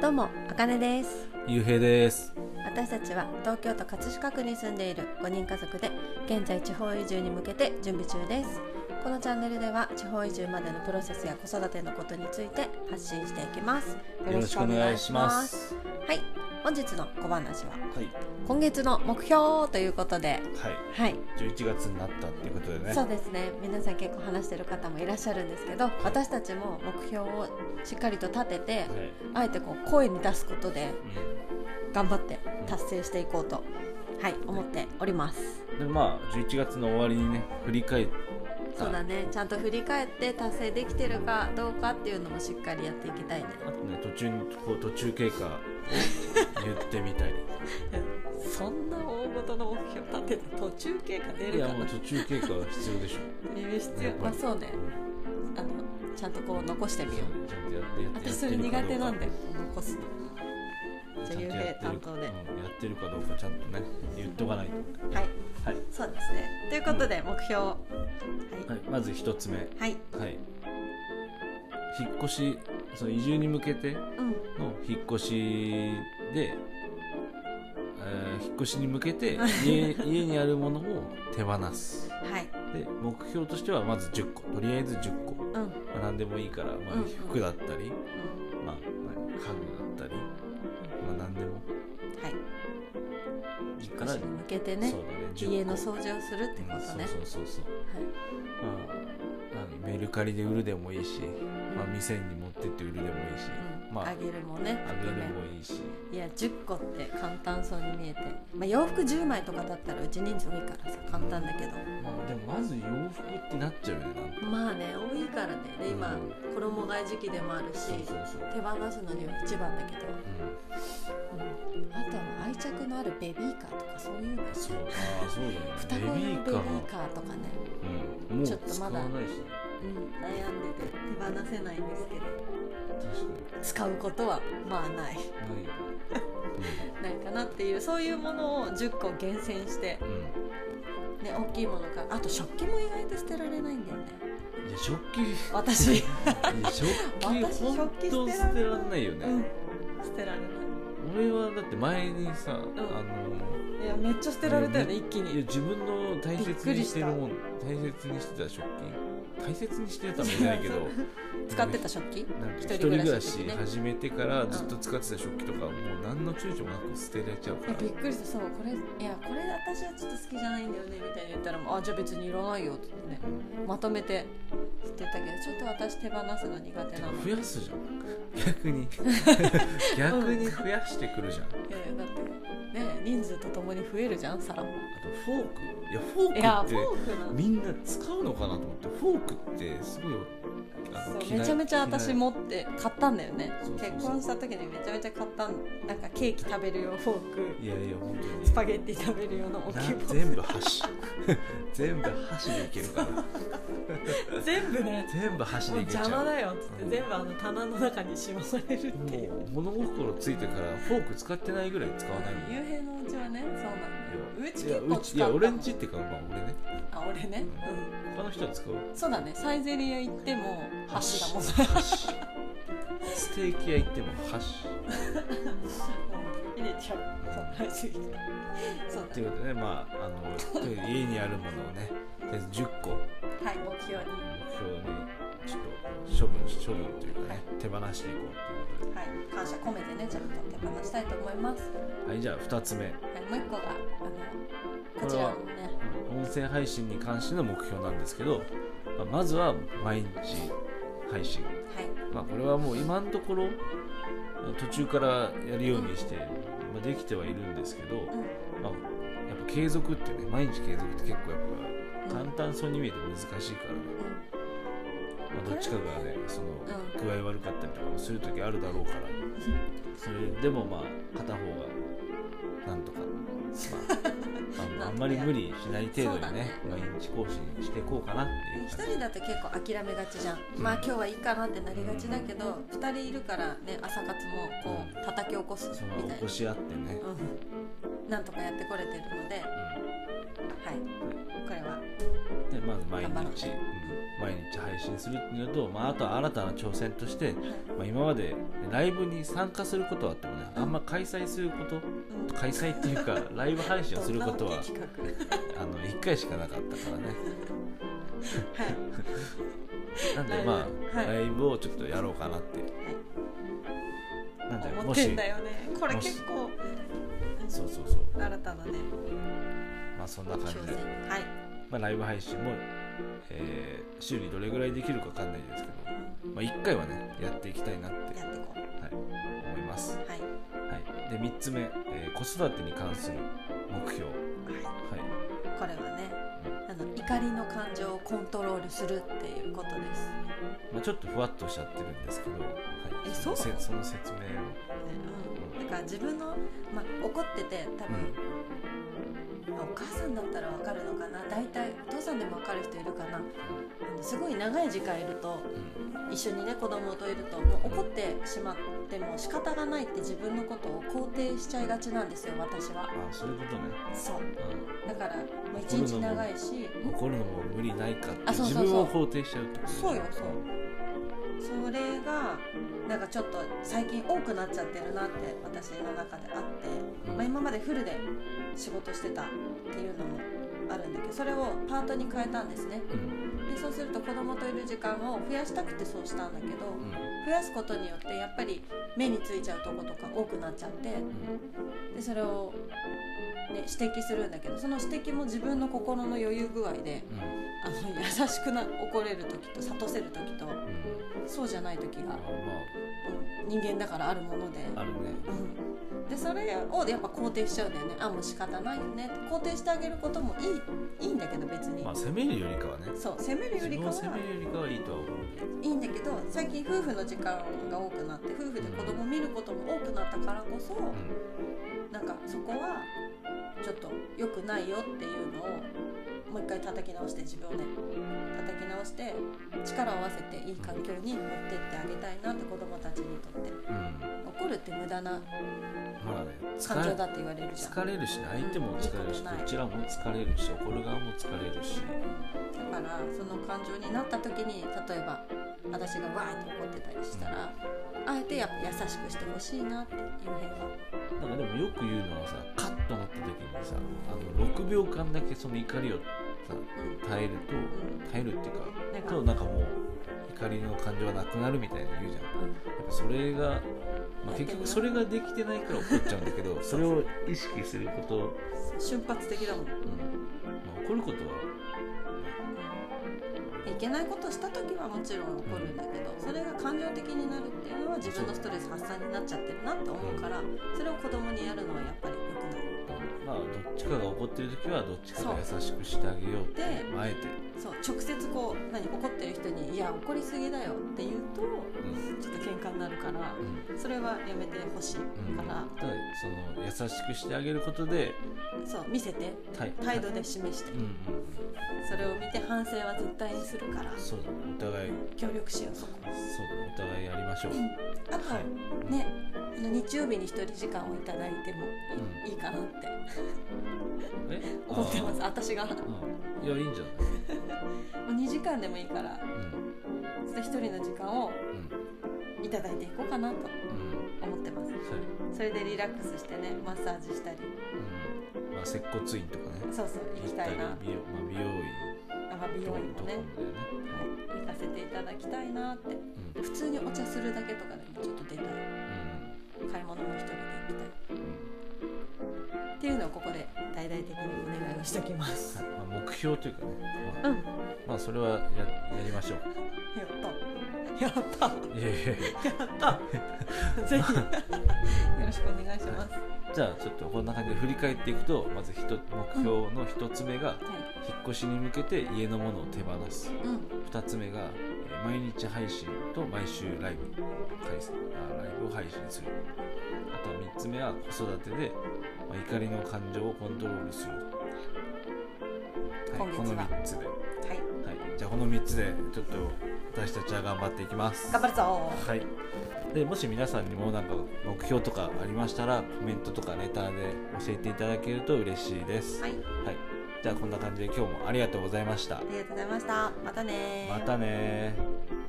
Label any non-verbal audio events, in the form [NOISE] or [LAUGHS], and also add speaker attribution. Speaker 1: どうもあかねです
Speaker 2: ゆうへいです。
Speaker 1: 私たちは東京都葛飾区に住んでいる5人家族で現在地方移住に向けて準備中ですこのチャンネルでは地方移住までのプロセスや子育てのことについて発信していきます
Speaker 2: よろしくお願いします。
Speaker 1: はい本日の小話は
Speaker 2: はい。
Speaker 1: 今月の目標ということで
Speaker 2: は
Speaker 1: はい
Speaker 2: い。十一月になったっていうことでね。
Speaker 1: そうですね皆さん結構話してる方もいらっしゃるんですけど私たちも目標をしっかりと立てて
Speaker 2: はい。
Speaker 1: あえてこう声に出すことで
Speaker 2: う
Speaker 1: 頑張って達成していこうとはい思っております
Speaker 2: んでまあ十一月の終わりにね振り返っ
Speaker 1: そうだねちゃんと振り返って達成できてるかどうかっていうのもしっかりやっていきたいね
Speaker 2: あとね途中にこう途中経過を言ってみたり。
Speaker 1: そんな大事の目標立てて途中経過 [LAUGHS] 出
Speaker 2: いやもう途中経過は必要でしょ。
Speaker 1: 必
Speaker 2: 要
Speaker 1: 要まあそうねあのちゃんとこう残してみよう
Speaker 2: ちゃんとやってやって
Speaker 1: 私それ苦手なんだよ
Speaker 2: よ。
Speaker 1: 残すのじゃあ幽霊担当で、
Speaker 2: うんやってるかどうかちゃんとね言っとかないと。
Speaker 1: はい
Speaker 2: はい。
Speaker 1: そうですねということで目標はい
Speaker 2: はい。まず一つ目。
Speaker 1: はい、
Speaker 2: はい。引っ越しその移住に向けて。
Speaker 1: うん
Speaker 2: の引っ越しで、えー引っ越しに向けて家家にあるものを手放す
Speaker 1: はい
Speaker 2: で目標としてはまず10個とりあえず10個、ま
Speaker 1: うんうん
Speaker 2: あ、何でもいいから、まあ
Speaker 1: うんうん、
Speaker 2: 服だったり、まあ、何家具だったり、まあ、何でも
Speaker 1: はい
Speaker 2: い
Speaker 1: 引
Speaker 2: いか
Speaker 1: っ
Speaker 2: ら
Speaker 1: 越しに向けて
Speaker 2: そ
Speaker 1: ね
Speaker 2: うだね10個
Speaker 1: 家の掃除をするってこ
Speaker 2: うん
Speaker 1: とね、
Speaker 2: そうそうそうそうまあ何メルカリで売るでもいいし、まあ、店に持ってって売るでもいいし、
Speaker 1: はいうん
Speaker 2: まあ
Speaker 1: あ
Speaker 2: あげ
Speaker 1: げるもね
Speaker 2: るもいいし、
Speaker 1: いや10個って簡単そうに見えて、まあ、洋服10枚とかだったらうち人数多いからさ簡単だけど
Speaker 2: まあ、でもまず洋服ってなっちゃうよねなんか
Speaker 1: まあね多いからねで今
Speaker 2: うん
Speaker 1: 衣替え時期でもあるし
Speaker 2: そうそうそう、
Speaker 1: 手放すのには一番だけど、う
Speaker 2: う
Speaker 1: ん、あとはもう愛着のあるベビーカーとかそういうの
Speaker 2: ん、そうああそう
Speaker 1: 双
Speaker 2: だ
Speaker 1: 子の
Speaker 2: よ
Speaker 1: ベビ
Speaker 2: ねベビ
Speaker 1: ー
Speaker 2: ー
Speaker 1: カ
Speaker 2: カ
Speaker 1: ー
Speaker 2: ー、
Speaker 1: とかね、
Speaker 2: うん、もう
Speaker 1: ちょ
Speaker 2: 使
Speaker 1: っとま
Speaker 2: わ
Speaker 1: だ
Speaker 2: ないしね
Speaker 1: うん、悩んでて手放せないんですけど
Speaker 2: 確か
Speaker 1: 使うことはまあない
Speaker 2: にないよね
Speaker 1: ないかなっていうそういうものを10個厳選して、
Speaker 2: うん、
Speaker 1: ね、大きいものからあと食器も意外と捨てられないんだよね
Speaker 2: うん、いや食器い
Speaker 1: 私、
Speaker 2: や食
Speaker 1: 私
Speaker 2: 器本
Speaker 1: 食器捨
Speaker 2: 当
Speaker 1: てられない
Speaker 2: 捨てらんないよね、
Speaker 1: うん、捨てられない
Speaker 2: 俺はだって前にさ、あの
Speaker 1: いやめっちゃ捨てられたよね
Speaker 2: い
Speaker 1: 一気
Speaker 2: いや
Speaker 1: に
Speaker 2: 自分の大切にしてるもん大切にしてた食器大切にしてたもんじゃない [LAUGHS] けど
Speaker 1: 使ってた食器
Speaker 2: なんか
Speaker 1: 一
Speaker 2: 一
Speaker 1: 人
Speaker 2: 人
Speaker 1: 暮
Speaker 2: 暮
Speaker 1: らしの時ね
Speaker 2: らし始めてからずっと使ってた食器とかはもう何の躊躇もなく捨てられちゃうか
Speaker 1: え
Speaker 2: ら
Speaker 1: びっくりしたそうこれいやこれ私はちょっと好きじゃないんだよねみたいに言ったらもうあじゃあ別にいらないよって言ってねまとめて捨てたけどちょっと私手放すの苦手
Speaker 2: て
Speaker 1: な
Speaker 2: か
Speaker 1: の
Speaker 2: 増やすじゃん逆に [LAUGHS] 逆に増やしてくるじゃんあと
Speaker 1: いやいやだってね人数とともに増えるじゃん皿も
Speaker 2: フォークいやフォ
Speaker 1: いや
Speaker 2: ー
Speaker 1: フ
Speaker 2: クっ
Speaker 1: ォーク
Speaker 2: て
Speaker 1: な
Speaker 2: みんな使うのかなと思ってフォークってすごいあの
Speaker 1: そう
Speaker 2: 嫌い
Speaker 1: めちゃめちゃ
Speaker 2: 嫌
Speaker 1: 私
Speaker 2: い
Speaker 1: 持って買ったんだよね
Speaker 2: そうそうそう
Speaker 1: 結婚した時にめちゃめちゃ買ったんなんかケーキ食べる用フォーク
Speaker 2: いやいや本当に
Speaker 1: スパゲッティ食べる用の大きい
Speaker 2: な
Speaker 1: フォー
Speaker 2: 全部箸 [LAUGHS] 全部箸でいけるから
Speaker 1: ク全部ね
Speaker 2: 全部箸
Speaker 1: もう
Speaker 2: でいけちゃ
Speaker 1: 邪
Speaker 2: う
Speaker 1: 魔だよっつって
Speaker 2: うん
Speaker 1: 全部あの棚の中にしまわれるっていう
Speaker 2: もう物心ついてからフォーク使ってないぐらい使わないもん
Speaker 1: 幽閉のうちはねそうなんだようち
Speaker 2: いや
Speaker 1: 結構
Speaker 2: う
Speaker 1: 使
Speaker 2: ち
Speaker 1: う
Speaker 2: いや俺んちっていうかまあ俺ね
Speaker 1: あ俺ね、う、
Speaker 2: 他の人は使うん
Speaker 1: そうだねサイゼリア行っても箸だもん
Speaker 2: 箸箸ステーキ屋行っても箸
Speaker 1: 入れちゃうそう箸そう
Speaker 2: ということでねまああのとりあえず家にあるものをねとりあえず10個目
Speaker 1: だはい目標に
Speaker 2: 標にちょっと処分処分というかね手放していこうというこ
Speaker 1: はい感謝込めてねちゃんと手放したいと思います、は
Speaker 2: とではいじゃあ2つ
Speaker 1: い、
Speaker 2: 目
Speaker 1: もう一個があのこちらのね
Speaker 2: 音声配信に関しての目標なんですけど、まあまずは毎日配信
Speaker 1: はい
Speaker 2: まあこれはもう今のところ途中からやるようにして、まあ、できてはいるんですけど、
Speaker 1: うん
Speaker 2: まあ、やっぱ継続ってね毎日継続って結構やっぱ
Speaker 1: うん
Speaker 2: 簡単そうに見えて難しいからね、まあ、どっちかがねその
Speaker 1: う
Speaker 2: 具合悪かったりとかもする時あるだろうからそれでもまあ片方がなんとか、
Speaker 1: [LAUGHS]
Speaker 2: まああの、あんまり無理しない程度
Speaker 1: そうだ
Speaker 2: にね
Speaker 1: ね
Speaker 2: 毎日更新していこうかなっていう
Speaker 1: 一
Speaker 2: 感
Speaker 1: 人だと結構諦めがちじゃん、まあ今日はいいかなってなりがちだけど二人いるからね朝活もこう叩き起こす
Speaker 2: じそ
Speaker 1: み
Speaker 2: の
Speaker 1: たい
Speaker 2: 起こし合ってね、
Speaker 1: な、うん、なんとかやってこれてるので
Speaker 2: うん
Speaker 1: はい、これは、
Speaker 2: でまず毎
Speaker 1: 頑張ろう
Speaker 2: 日、うん毎日配信するっていうのと、まあ、あとは新たな挑戦として、まあ、今までライブに参加することはあってもねあんま開催すること開催って
Speaker 1: [LAUGHS]
Speaker 2: いうかライブ配信をすることは
Speaker 1: 企画
Speaker 2: あの1回しかなかったからね
Speaker 1: はい
Speaker 2: なんでまあ、
Speaker 1: はい
Speaker 2: ライブをちょっとやろうかなって、なんで
Speaker 1: 思
Speaker 2: も
Speaker 1: って
Speaker 2: し
Speaker 1: んだよねこれ
Speaker 2: もし
Speaker 1: 結構
Speaker 2: そうそうそう
Speaker 1: 新たなね
Speaker 2: まあそんな感
Speaker 1: 挑
Speaker 2: じで
Speaker 1: 戦、はい
Speaker 2: まあ、ライブ配信も、えー週にどれぐらいできるかわかんないですけど、まあ、1回はねやっていきたいなって、
Speaker 1: やっていこ
Speaker 2: はい、思います、は
Speaker 1: うはい
Speaker 2: い、で3つ目、えー子育てに関する目標、
Speaker 1: はい
Speaker 2: はい、
Speaker 1: これはねあの怒りの感情をコントロールするっていうことです、ね
Speaker 2: まあ、ちょっとふわっとしちゃってるんですけど、はい、
Speaker 1: え
Speaker 2: その
Speaker 1: そうなの
Speaker 2: せその説明を、
Speaker 1: うん、だから自分の、まあ、怒ってて多
Speaker 2: う
Speaker 1: 分、まあお母さんだったらわかるのかな大体お父さんでもわかる人いるかなあのすごい長い時間いると
Speaker 2: ん
Speaker 1: 一緒にね子供といるともう怒ってしまっても仕方がないって自分のことを肯定しちゃいがちなんですよ私は
Speaker 2: あそういうことね、
Speaker 1: そうだからもう一
Speaker 2: 怒るの
Speaker 1: 日
Speaker 2: も
Speaker 1: 長いし
Speaker 2: うん、怒るのも無理ないかって
Speaker 1: あそうそうそう
Speaker 2: 自分を肯定しちゃうってこと
Speaker 1: そうよそうそれがなんかちょっと最近多くなっちゃってるなって私の中であって、
Speaker 2: うん
Speaker 1: まあ、今までフルで仕事してたっていうのもあるんだけどそれをパートに変えたんですね
Speaker 2: うん
Speaker 1: でそうすると子供といる時間を増やしたくてそうしたんだけど
Speaker 2: うん
Speaker 1: 増やすことによってやっぱり目についちゃうとことか多くなっちゃって
Speaker 2: うん
Speaker 1: でそれを、ね、指摘するんだけどその指摘も自分の心の余裕具合で
Speaker 2: うん
Speaker 1: あの優しくな怒れる時と諭せる時と
Speaker 2: うん
Speaker 1: そうじゃない時
Speaker 2: あ
Speaker 1: が
Speaker 2: ま
Speaker 1: 人間だからあるもので、
Speaker 2: ああるね
Speaker 1: うん、でそれをやっぱ肯定しちゃうんだよねあもう仕方ないよねって肯定してあげることもいいいいんだけど別に、
Speaker 2: まあ責めるよりかはね
Speaker 1: そう責めるよ
Speaker 2: 自
Speaker 1: り
Speaker 2: 分
Speaker 1: か
Speaker 2: を
Speaker 1: は
Speaker 2: 責めるよりかはいいとは思うけど
Speaker 1: いいんだけど最近夫婦の時間が多くなって夫婦で子供見ることも多くなったからこそ、なんかそこはちょっと良くないよっていうのをもう一回叩き直して自分をね叩き直して力を合わせていい環境に持ってってあげたいなって子供たちにとって
Speaker 2: うん、うん、
Speaker 1: 怒るって無駄な
Speaker 2: まあね
Speaker 1: 感情
Speaker 2: 疲
Speaker 1: だ
Speaker 2: れ
Speaker 1: って言われるじゃんだか
Speaker 2: 疲れるしね相手も疲れる
Speaker 1: いいこと
Speaker 2: しこ
Speaker 1: ない
Speaker 2: ちらも疲れるし怒る側も疲れるし
Speaker 1: らその感情になった時に例えば私がわーって怒ってたりしたらあえてやっぱ優しくしてほしいなっていう辺は
Speaker 2: なんかでもよく言うのはさカッとなった時にさあの6秒間だけその怒りをさ
Speaker 1: うん
Speaker 2: 耐えると耐えるっていうか
Speaker 1: なんか
Speaker 2: となんかもう怒りの感情がなくなるみたいな言うじゃんやっぱそれが、まあ、結局それができてないから怒っちゃうんだけ [LAUGHS] どそれを意識すること、うん
Speaker 1: うん瞬発的だもん
Speaker 2: まあ、怒ることは
Speaker 1: うんいけないことした時はもちろん怒るんだけどそれが感情的になるっていうのは自分のストレス発散になっちゃってるなって思うからそれを子供にやるのはやっぱり良くない
Speaker 2: まあどっちかが怒ってる時はどっちかが優しくしてあげようって
Speaker 1: で
Speaker 2: まああえて、
Speaker 1: そう直接こう何怒ってる人に「いや怒りすぎだよ」って言うと
Speaker 2: うんうん
Speaker 1: ちょっと喧嘩になるからそれはやめてほしい
Speaker 2: うん
Speaker 1: か
Speaker 2: た
Speaker 1: ら
Speaker 2: だ、その優しくしてあげることで
Speaker 1: そう見せて
Speaker 2: 態
Speaker 1: 態度で示して
Speaker 2: うんうん
Speaker 1: それを見て反省は絶対にするから
Speaker 2: そうだねお互い
Speaker 1: 協力しようそこ
Speaker 2: そうだねお互いやりましょう、
Speaker 1: あと、
Speaker 2: はい
Speaker 1: ねあの日曜日に一人時間をいただいてもいいかなって
Speaker 2: うん、え
Speaker 1: 思ってます
Speaker 2: あ
Speaker 1: 私がも
Speaker 2: ーうんいやいいんじゃないう
Speaker 1: 2時間でもいいから
Speaker 2: うん
Speaker 1: ちょっと一人の時間を
Speaker 2: うん
Speaker 1: いただいていこうかなと
Speaker 2: うん
Speaker 1: 思ってます
Speaker 2: そうや
Speaker 1: それでリラックスしてねマッサージしたり
Speaker 2: うんまあ接骨院とかね
Speaker 1: そうそう行きたいな
Speaker 2: 行ったり美容,、まあ、美容
Speaker 1: あまあ美容
Speaker 2: 院
Speaker 1: 院
Speaker 2: と
Speaker 1: も
Speaker 2: か
Speaker 1: ね
Speaker 2: もだよね
Speaker 1: 行かせていただきたいなって
Speaker 2: うん
Speaker 1: 普通にお茶するだけとかでもちょっと出たい買い物も一人で行きたい
Speaker 2: うんうん
Speaker 1: っていうのをここで大々的にお願いをしておきます
Speaker 2: はいまあ、目標というかね、まあ
Speaker 1: うんや
Speaker 2: まあそれはややりましょう
Speaker 1: ったやった
Speaker 2: いやいやいや
Speaker 1: やった [LAUGHS] ぜひよろしくお願いします、
Speaker 2: じゃあちょっとこんな感じで振り返っていくとまず一目標の一つ目が
Speaker 1: は
Speaker 2: 引っ越しに向けて家のものを手放す
Speaker 1: い、うん
Speaker 2: 二つ目がえー毎日配信と毎週ライブ開催あライブを配信するあと三つ目は子育てで、まあ、怒りの感情をコントロールする、はい、こ
Speaker 1: 今
Speaker 2: の
Speaker 1: 月は
Speaker 2: 三つで、は
Speaker 1: はい
Speaker 2: い、じゃあこの三つでちょっと私たちは頑張っていきます
Speaker 1: 頑張るぞ
Speaker 2: はい、でもし皆さんにもなんか目標とかありましたらコメントとかレターで教えていただけると嬉しいです、
Speaker 1: はい
Speaker 2: はい、じゃあこんな感じで今日もありがとうございました
Speaker 1: ありがとうございましたまたねー
Speaker 2: またねー